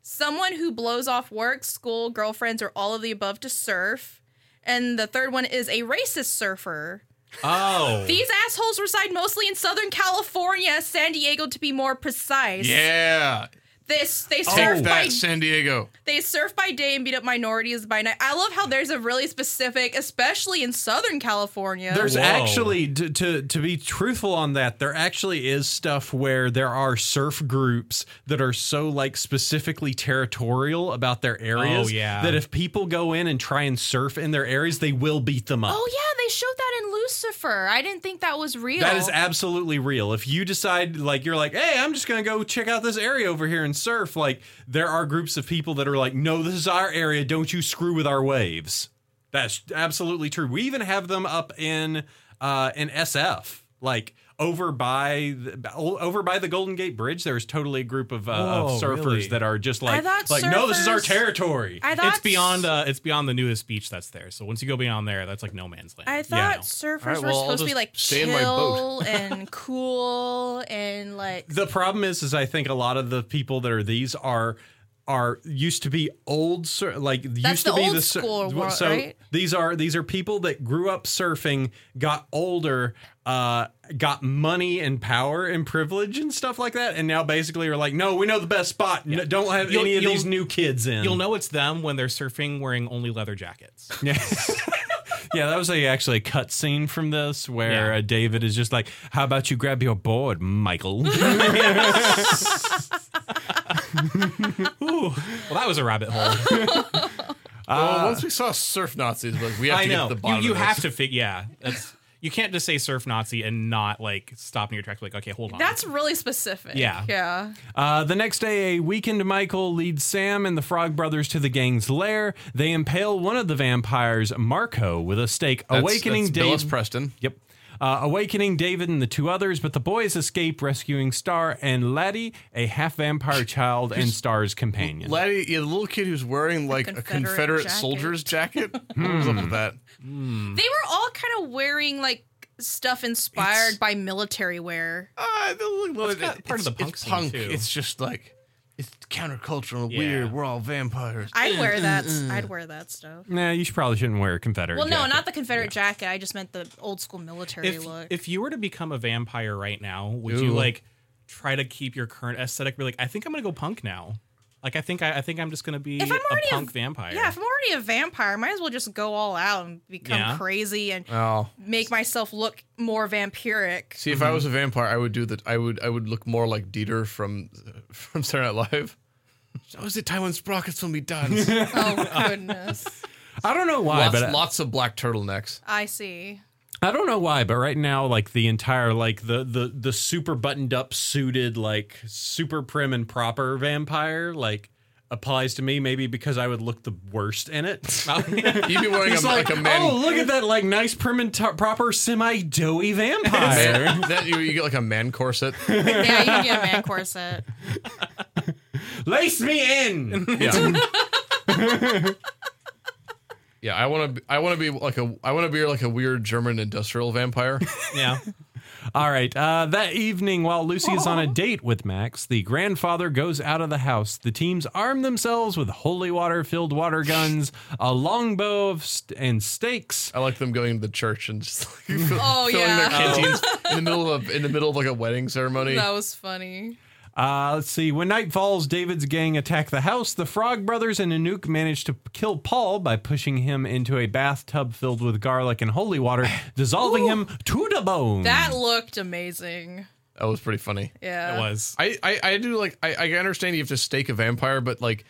Someone who blows off work, school, girlfriends, or all of the above to surf. And the third one is a racist surfer. Oh. These assholes reside mostly in Southern California, San Diego to be more precise. Yeah. They, they surf Take by that, San Diego. they surf by day and beat up minorities by night. I love how there's a really specific, especially in Southern California. There's Whoa. actually to, to to be truthful on that, there actually is stuff where there are surf groups that are so like specifically territorial about their areas Oh, yeah. that if people go in and try and surf in their areas, they will beat them up. oh yeah, they they showed that in Lucifer. I didn't think that was real. That is absolutely real. If you decide, like, you're like, hey, I'm just going to go check out this area over here and surf, like, there are groups of people that are like, no, this is our area. Don't you screw with our waves. That's absolutely true. We even have them up in uh, in SF, like over by the, over by the Golden Gate Bridge. There's totally a group of, uh, Whoa, of surfers really? that are just like, thought like, no, this is our surfers- territory. I thought It's beyond uh, it's beyond the newest beach that's there. So once you go beyond there, that's like no man's land. I Yeah, I thought know. surfers All right, were well, I'll supposed to be just like stay in my boat. chill and cool and like the problem is is i think a lot of the people that are these are are used to be old sur- like used to the be old the sur- school one, so right? these are these are people that grew up surfing got older uh got money and power and privilege and stuff like that and now basically are like no we know the best spot No, don't have You'll- any of you'll- these new kids in You'll know it's them when they're surfing wearing only leather jackets. yeah. Yeah, that was a, actually a cut scene from this where Yeah. uh, David is just like, "How about you grab your board, Michael?" Well, that was a rabbit hole. well, once we saw surf Nazis, we're like we have I to get know. to the you bottom. you of this. have to figure. Yeah, that's you can't just say surf Nazi and not like stop in your tracks. Like, okay, hold on. that's really specific. Yeah. Yeah. Uh, the next day, a weakened Michael leads Sam and the Frog Brothers to the gang's lair. They impale one of the vampires, Marco, with a stake, That's- awakening that's Billis Dave. Preston. yep. Uh, awakening David and the two others, but the boys escape, rescuing Star and Laddie, a half vampire child and Star's companion. Laddie, yeah, the little kid who's wearing like a Confederate Confederate jacket. soldier's jacket. what was up with that? Mm. They were all kind of wearing like stuff inspired by military wear. Uh, the, look, look, it's got part of the punk it's scene, punk. too. It's just like it's countercultural, and Yeah. weird. We're all vampires. I'd mm, wear that. I'd wear that stuff. nah, you should probably shouldn't wear a Confederate. Well, no, jacket. not the Confederate jacket. I just meant the old school military if look. if you were to become a vampire right now, would Ooh. you like try to keep your current aesthetic? Be like, I think I'm gonna go punk now. Like, I think I, I think I'm just gonna be If I'm already a a- punk vampire. yeah, if I'm already a vampire, might as well just go all out and become Yeah. Uh. crazy and Oh, make myself look more vampiric. see, if I was a vampire, I would do that. I would, I would look more like Dieter from from Saturday Night Live. That was the time when Sprockets when we dance. lots, Oh goodness. I don't know why, but lots of black turtlenecks. I see. I don't know why, but right now, like the entire like the the the super buttoned up, suited, like super prim and proper vampire like applies to me. Maybe because I would look the worst in it. You'd be wearing a, It's like, like, a man. oh, look at that like nice prim and to- proper semi doughy vampire. man that, you, you get like a man corset. Yeah, you can get a man corset. Lace me in. Yeah. yeah, I want to. I want to be like a. I want to be like a weird German industrial vampire. yeah. All right. Uh, that evening, while Lucy is on a date with Max, the grandfather goes out of the house. The teams arm themselves with holy water filled water guns, a longbow of st- and stakes. I like them going to the church and just like fill- Oh, filling their yeah. canteens in the middle of in the middle of like a wedding ceremony. That was funny. Uh, let's see. When night falls, David's gang attack the house. The Frog Brothers and Anouk manage to kill Paul by pushing him into a bathtub filled with garlic and holy water, dissolving him to the bone. That looked amazing. That was pretty funny. Yeah. It was. I, I I do like I I understand you have to stake a vampire, but like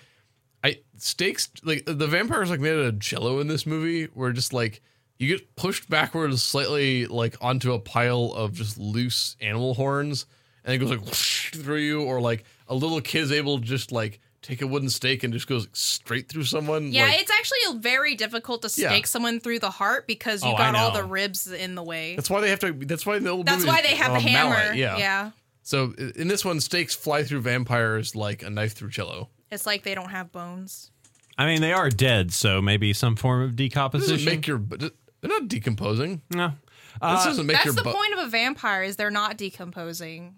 I stakes like the vampires like made out of jello in this movie, where just like you get pushed backwards slightly like onto a pile of just loose animal horns, and it goes like whoosh through you, or like a little kid's able to just like take a wooden stake and just goes straight through someone. Yeah, like, it's actually very difficult to Yeah. stake someone through the heart because you Oh, I got all know. the ribs in the way. that's why they have to. That's why the old That's movie- why they have uh, the hammer. mallet, yeah. So i- in this one, stakes fly through vampires like a knife through jello. It's like they don't have bones. I mean, they are dead, so maybe some form of This doesn't decomposition. make your. They're not decomposing. no. Uh, this doesn't make your That's the butt point of a vampire is they're not decomposing.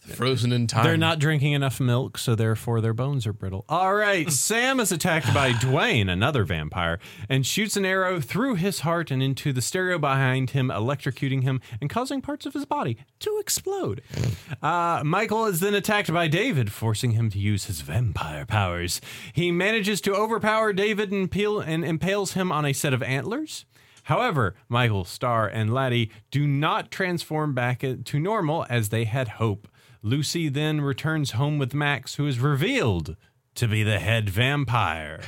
frozen in time. They're not drinking enough milk, so therefore their bones are brittle. All right, Sam is attacked by Dwayne, another vampire, and shoots an arrow through his heart and into the stereo behind him, electrocuting him and causing parts of his body to explode. Uh, Michael is then attacked by David, forcing him to use his vampire powers. He manages to overpower David and, peel, and impales him on a set of antlers. However, Michael, Star, and Laddie do not transform back to normal as they had hoped. Lucy then returns home with Max, who is revealed to be the head vampire.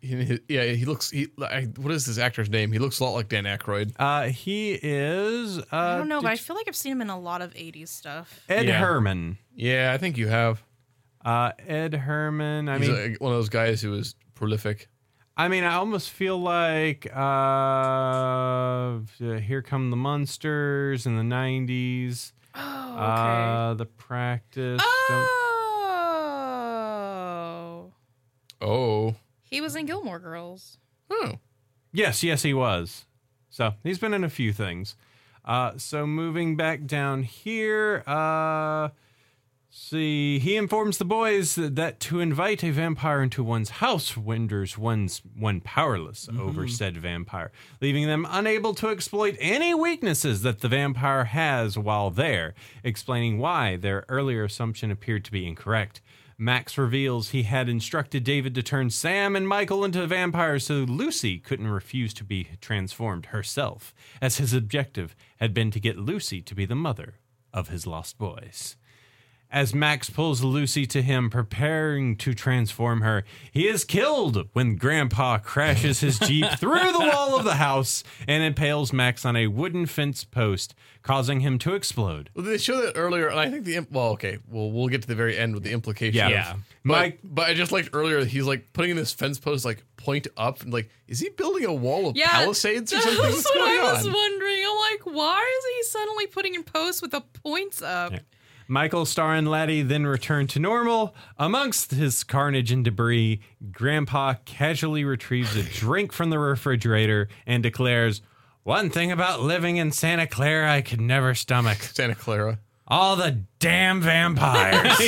He- yeah, he looks. He, I, what is this actor's name? He looks a lot like Dan Aykroyd. Uh, he is uh, I don't know, but I feel like I've seen him in a lot of 80s stuff. Ed Yeah. Herman. Yeah, I think you have. Uh, Ed Herman. I He's mean, like one of those guys who was prolific. I mean, I almost feel like uh, "Here Come the Monsters" in the '90s. Oh, okay. Uh, the practice. Don't- oh. Oh, He was in Gilmore Girls. oh, Yes, yes, he was. So he's been in a few things. Uh, so moving back down here, uh, see, he informs the boys that, that to invite a vampire into one's house renders one's one powerless over said vampire, leaving them unable to exploit any weaknesses that the vampire has while there. Explaining why their earlier assumption appeared to be incorrect. Max reveals he had instructed David to turn Sam and Michael into vampires so Lucy couldn't refuse to be transformed herself, as his objective had been to get Lucy to be the mother of his lost boys. As Max pulls Lucy to him, preparing to transform her, he is killed when Grandpa crashes his Jeep through the wall of the house and impales Max on a wooden fence post, causing him to explode. Well, they show that earlier, and I think the imp- well, okay, well, we'll get to the very end with the implication. Yeah. of- Yeah. But, Mike- but I just liked earlier he's like putting in this fence post like point up and like is he building a wall of Yeah, palisades or That's something? What's what going I was on? wondering. I'm like, why is he suddenly putting in posts with the points up? Michael, Starr, and Laddie then return to normal. Amongst his carnage and debris, Grandpa casually retrieves a drink from the refrigerator and declares, One thing about living in Santa Clara I could never stomach Santa Clara. all the damn vampires.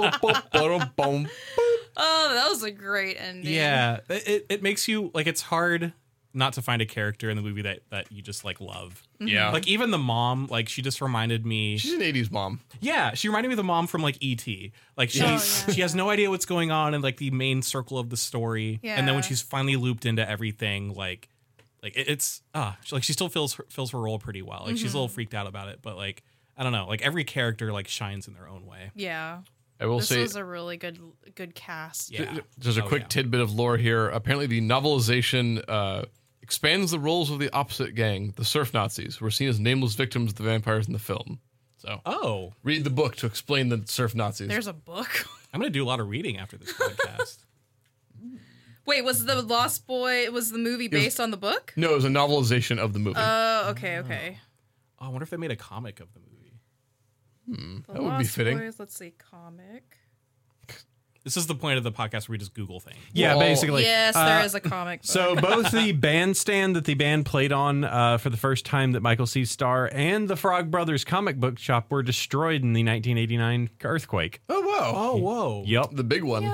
Ba-dum-bum. Oh, that was a great ending. Yeah, it, it- it makes you like it's hard not to find a character in the movie that that you just like love. yeah, Like even the mom, like she just reminded me. she's an '80s mom. Yeah, she reminded me of the mom from like ET. Like she Yes. Oh, yeah. she has no idea what's going on in like the main circle of the story. And then when Yeah. she's finally looped into everything, like like it, it's ah she, like she still fills her, fills her role pretty well. Like she's a little freaked out about it, but like I don't know, like every character like shines in their own way. Yeah. I will This say was a really good good cast. Yeah. Just a Oh, quick yeah. tidbit of lore here. Apparently, the novelization uh, expands the roles of the opposite gang, the surf Nazis, who were seen as nameless victims of the vampires in the film. So, Oh, read the book to explain the surf Nazis. There's a book. I'm going to do a lot of reading after this podcast. Wait, was the Lost Boy was the movie based on the book? no, it was a novelization of the movie. Oh, Uh, okay, okay. Oh, I wonder if they made a comic of the movie. The That would be Lost fitting. Boys, let's see, comic. This is the point of the podcast where we just Google things. yeah, Well, basically. yes, Uh, there is a comic. Book. So both the bandstand that the band played on uh, for the first time that Michael sees Star and the Frog Brothers comic book shop were destroyed in the 1989 earthquake. oh, wow. Oh, whoa. Yup. The big one,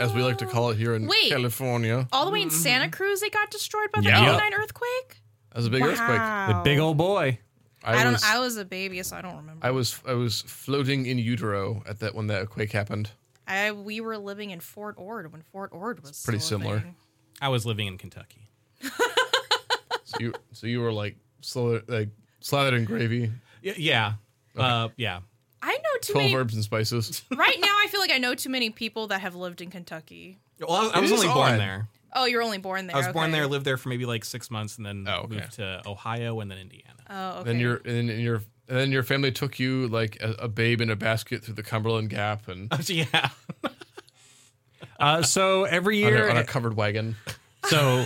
as we like to call it here in Wait. California. all the way in Santa Cruz, they got destroyed by the Yeah. 99 earthquake. That was a big earthquake. I, The big old boy. I don't. was, I was a baby, so I don't remember. I was I was floating in utero at that when that quake happened. I we were living in Fort Ord when Fort Ord was pretty still a similar. thing. I was living in Kentucky. So you so you were like slather, like slathered in gravy, Y- yeah. Uh, yeah. I know too twelve many. herbs and spices. Right now, I feel like I know too many people that have lived in Kentucky. Well, I, I was is only born odd. there. Oh, you're only born there. I was born okay. there, lived there for maybe like six months, and then Oh, okay. moved to Ohio and then Indiana. Oh, okay. Then your and then your and then your family took you like a, a babe in a basket through the Cumberland Gap and So, yeah. Uh, so every on a, year, on a covered wagon. so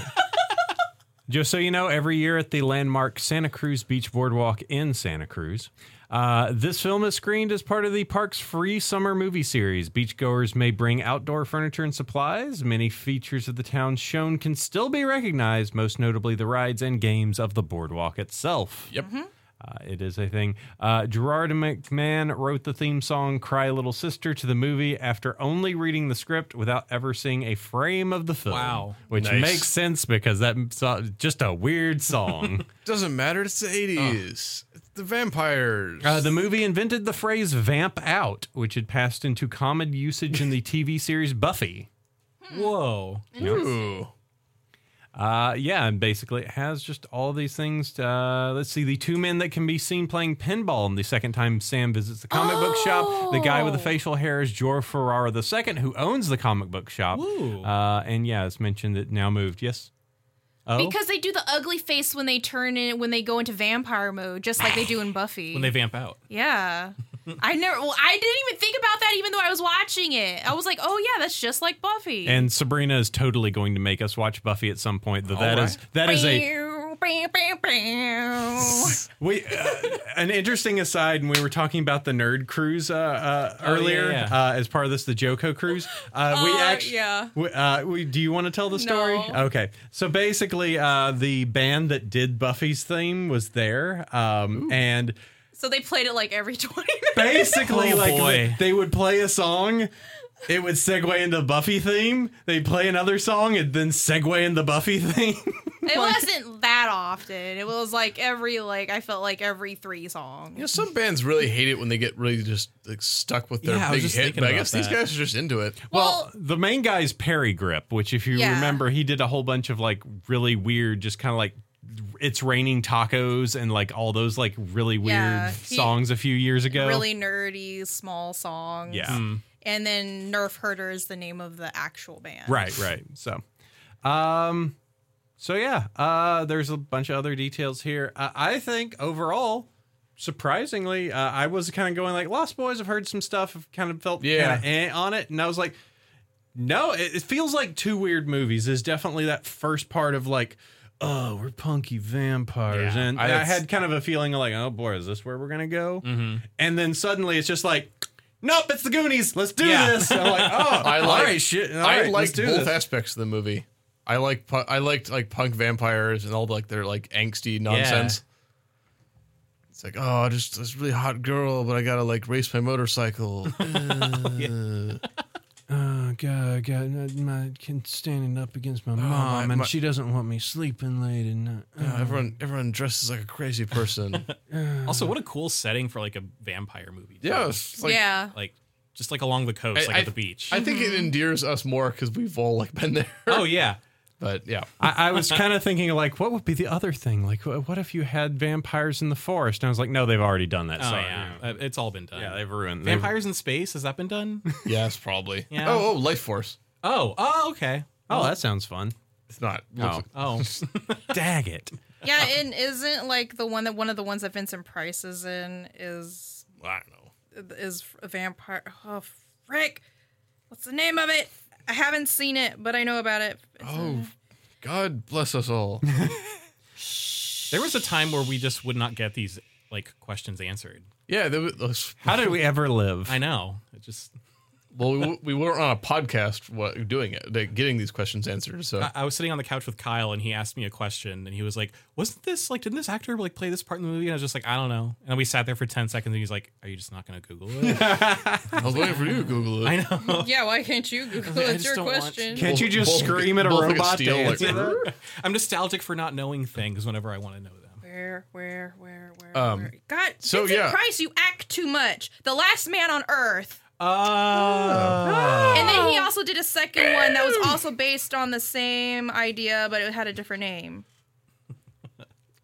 just so you know, every year at the landmark Santa Cruz Beach Boardwalk in Santa Cruz, uh, this film is screened as part of the park's free summer movie series. Beachgoers may bring outdoor furniture and supplies. Many features of the town shown can still be recognized, most notably the rides and games of the boardwalk itself. Yep. Mm-hmm. Uh, it is a thing. Uh, Gerard McMahon wrote the theme song "Cry Little Sister" to the movie after only reading the script without ever seeing a frame of the film. Wow. which Nice. makes sense because that so- just a weird song. Doesn't matter. It's the eighties. It's the vampires. uh, the movie invented the phrase "vamp out," which had passed into common usage in the TV series Buffy. Whoa. Ooh. Uh, yeah, and basically it has just all these things. To, uh, let's see, the two men that can be seen playing pinball. And the second time Sam visits the comic book shop, the guy with the Oh. facial hair is Jor Ferrara II, who owns the comic book shop. Ooh. Uh, and yeah, it's mentioned that now moved. Yes. Oh, Because they do the ugly face when they turn in when they go into vampire mode, just like they do in Buffy. when they vamp out. yeah. I never. Well, I didn't even think about that, even though I was watching it. I was like, "Oh yeah, that's just like Buffy." and Sabrina is totally going to make us watch Buffy at some point. Though that All is that is a We uh, an interesting aside, when we were talking about the nerd cruise uh, uh, earlier yeah, Uh, as part of this, the Joko cruise. Uh, we Oh, actually, yeah. We, uh, we, do you want to tell the story? No. Okay, so basically, uh, the band that did Buffy's theme was there, um, and So they played it like every 20 minutes. basically, Oh, like boy. they would play a song. It would segue into Buffy theme. They'd play another song and then segue into Buffy theme. It wasn't that often. It was like every, like, I felt like every three songs. You know, some bands really hate it when they get really just like stuck with their Yeah, I was big just hit. thinking But I about guess these that. guys are just into it. Well, the main guy is Perry Grip, which, if you Yeah. remember, he did a whole bunch of like really weird, just kind of like it's raining tacos and like all those like really weird Yeah, he- songs a few years ago. Really nerdy, small songs. yeah, And then Nerf Herder is the name of the actual band. right, right. So, um, so yeah, uh, there's a bunch of other details here. Uh, I think overall. Surprisingly, uh, I was kind of going like Lost Boys. I've heard some stuff. I've kind of felt Yeah. kind of eh on it, and I was like, No, it, it feels like two weird movies is definitely that first part of like, oh, we're punky vampires, Yeah, and I- I, had kind of a feeling of like, oh boy, is this where we're gonna go? Mm-hmm. And then suddenly it's just like, nope, it's the Goonies, let's do Yeah. this. And I'm like, oh, I all like- right, shit, all right, I let's liked do both this. aspects of the movie. I like pu- I liked like punk vampires and all like their like angsty nonsense. It's like oh, just this really hot girl, but I gotta like race my motorcycle. Oh god, god, my kid standing up against my mom, and Oh, my- she doesn't want me sleeping late at night. Uh, everyone everyone dresses like a crazy person. Also, what a cool setting for like a vampire movie. too. yeah, it's like, yeah. like just like along the coast, I- like I- at the beach. I think it endears us more because we've all like been there. oh yeah, But yeah, I, I was kind of thinking like, what would be the other thing? Like, wh- what if you had vampires in the forest? And I was like, no, they've already done that. oh Sorry. yeah, Uh, it's all been done. Yeah, they've ruined they've- Vampires in space has that been done? yes, probably. Yeah. Oh, oh, life force. oh, oh okay. Oh, that sounds fun. It's not. Oh. Oh, Dag it. Yeah, uh, and isn't like the one that one of the ones that Vincent Price is in is I don't know. is a vampire. Oh frick, what's the name of it? I haven't seen it, but I know about it. It's Oh, God bless us all. there was a time where we just would not get these like questions answered. Yeah, there was, How did we ever live? I know. It just well, we, we weren't on a podcast what, doing it, like, getting these questions answered. So I, I was sitting on the couch with Kyle and he asked me a question and he was like, "Wasn't this like didn't this actor like play this part in the movie?" And I was just like, "I don't know." And we sat there for 10 seconds and he's like, "Are you just not going to Google it?" I was waiting for you to Google it. I know. a- yeah, why can't you Google? I It's just your don't want question. Can't you just Both- scream at a both like a robot to steel, like, answer that? I'm nostalgic for not knowing things whenever I want to know them. Where, where, where, where? Um, where? God, so, Vincent yeah. Price, you act too much. The Last Man on Earth, Ah. Oh. and then he Ah. also did a second one that was also based on the same idea, but it had a different name.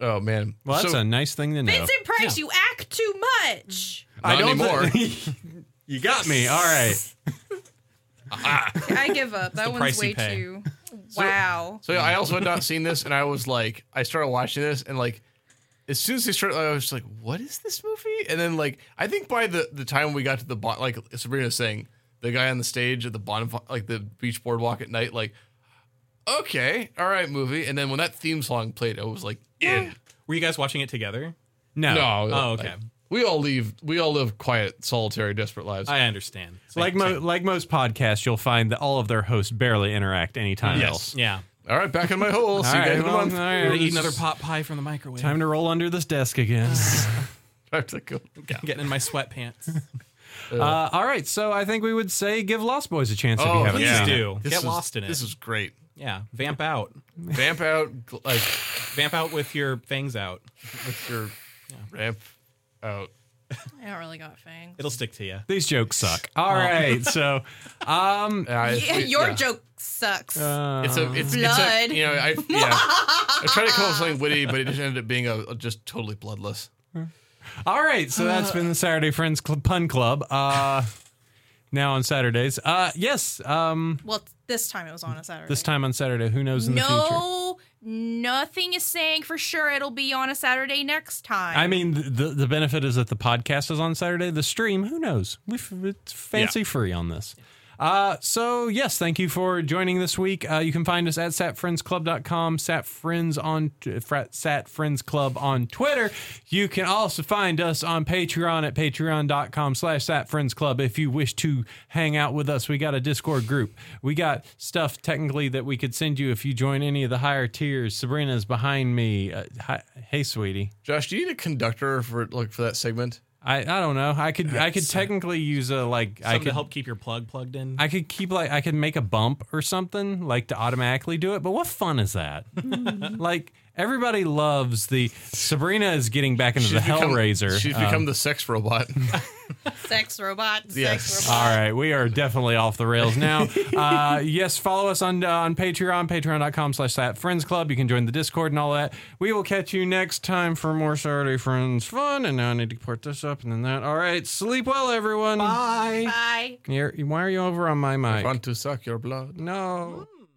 Oh man. Well, that's so, a nice thing to know. Vincent Price, you act too much. not anymore. thi- you got me. All right. I give up. That the one's price you way pay. too. Wow. so yeah, I also had not seen this, and I was like, I started watching this, and like, as soon as they started, I was just like, what is this movie? And then like, I think by the the time we got to the bon- like Sabrina was saying, the guy on the stage at the bonfire, like the beach boardwalk at night, like, okay, all right, movie. And then when that theme song played, I was like, eh. Were you guys watching it together? No. No. Oh, okay. we all leave. We all live quiet, solitary, desperate lives. I understand. Same- Like, mo- like most podcasts, you'll find that all of their hosts barely interact anytime Yes. else. yeah. all right, back in my hole. See you guys in a month. I'm gonna eat another pot pie from the microwave. Time to roll under this desk again. I have to go. Getting in my sweatpants. uh, all right, so I think we would say give Lost Boys a chance if Oh, you haven't yeah. seen Please it. do. This Get was- lost in it. This is great. yeah. Vamp out. Vamp out, gl- like Vamp out with your fangs out. with your ramp out. I don't really got fangs. It'll stick to you. These jokes suck. All right, so um, Yeah, Yeah, it's- your yeah. joke sucks. uh, It's a it's, Blood. it's a you know I yeah. I tried to come up with something witty, but it just ended up being a, a just totally bloodless. all right. So that's been the Saturday Friends Club, Pun Club. Uh, now on Saturdays. Uh, yes. Um, well, this time it was on a Saturday. this time on Saturday. Who knows in the future? no, nothing is saying for sure it'll be on a Saturday next time. I mean, the the benefit is that the podcast is on Saturday. The stream, who knows? We it's fancy free on this. Uh, so yes, thank you for joining this week. Uh, you can find us at satfriendsclub.com, satfriends on t- frat, satfriendsclub on Twitter. You can also find us on Patreon at patreon.com slash satfriendsclub if you wish to hang out with us. We got a Discord group. We got stuff technically that we could send you if you join any of the higher tiers. Sabrina's behind me. Uh, hi, hey, sweetie. Josh, do you need a conductor for like for that segment? I, I don't know. I could I could technically use a like I Something could to help keep your plug plugged in. I could keep like I could make a bump or something like to automatically do it. But what fun is that? like everybody loves the Sabrina is getting back into the become- Hellraiser. She's Um, become the sex robot. sex robot. Yes. Sex robot. all right, we are definitely off the rails now. Uh, yes, follow us on uh, on Patreon, patreon.com slash that friends club. You can join the Discord and all that. We will catch you next time for more Saturday Friends fun. And now I need to port this up and then that. All right, sleep well, everyone. Bye. You're, why are you over on my mic? Want to suck your blood? No.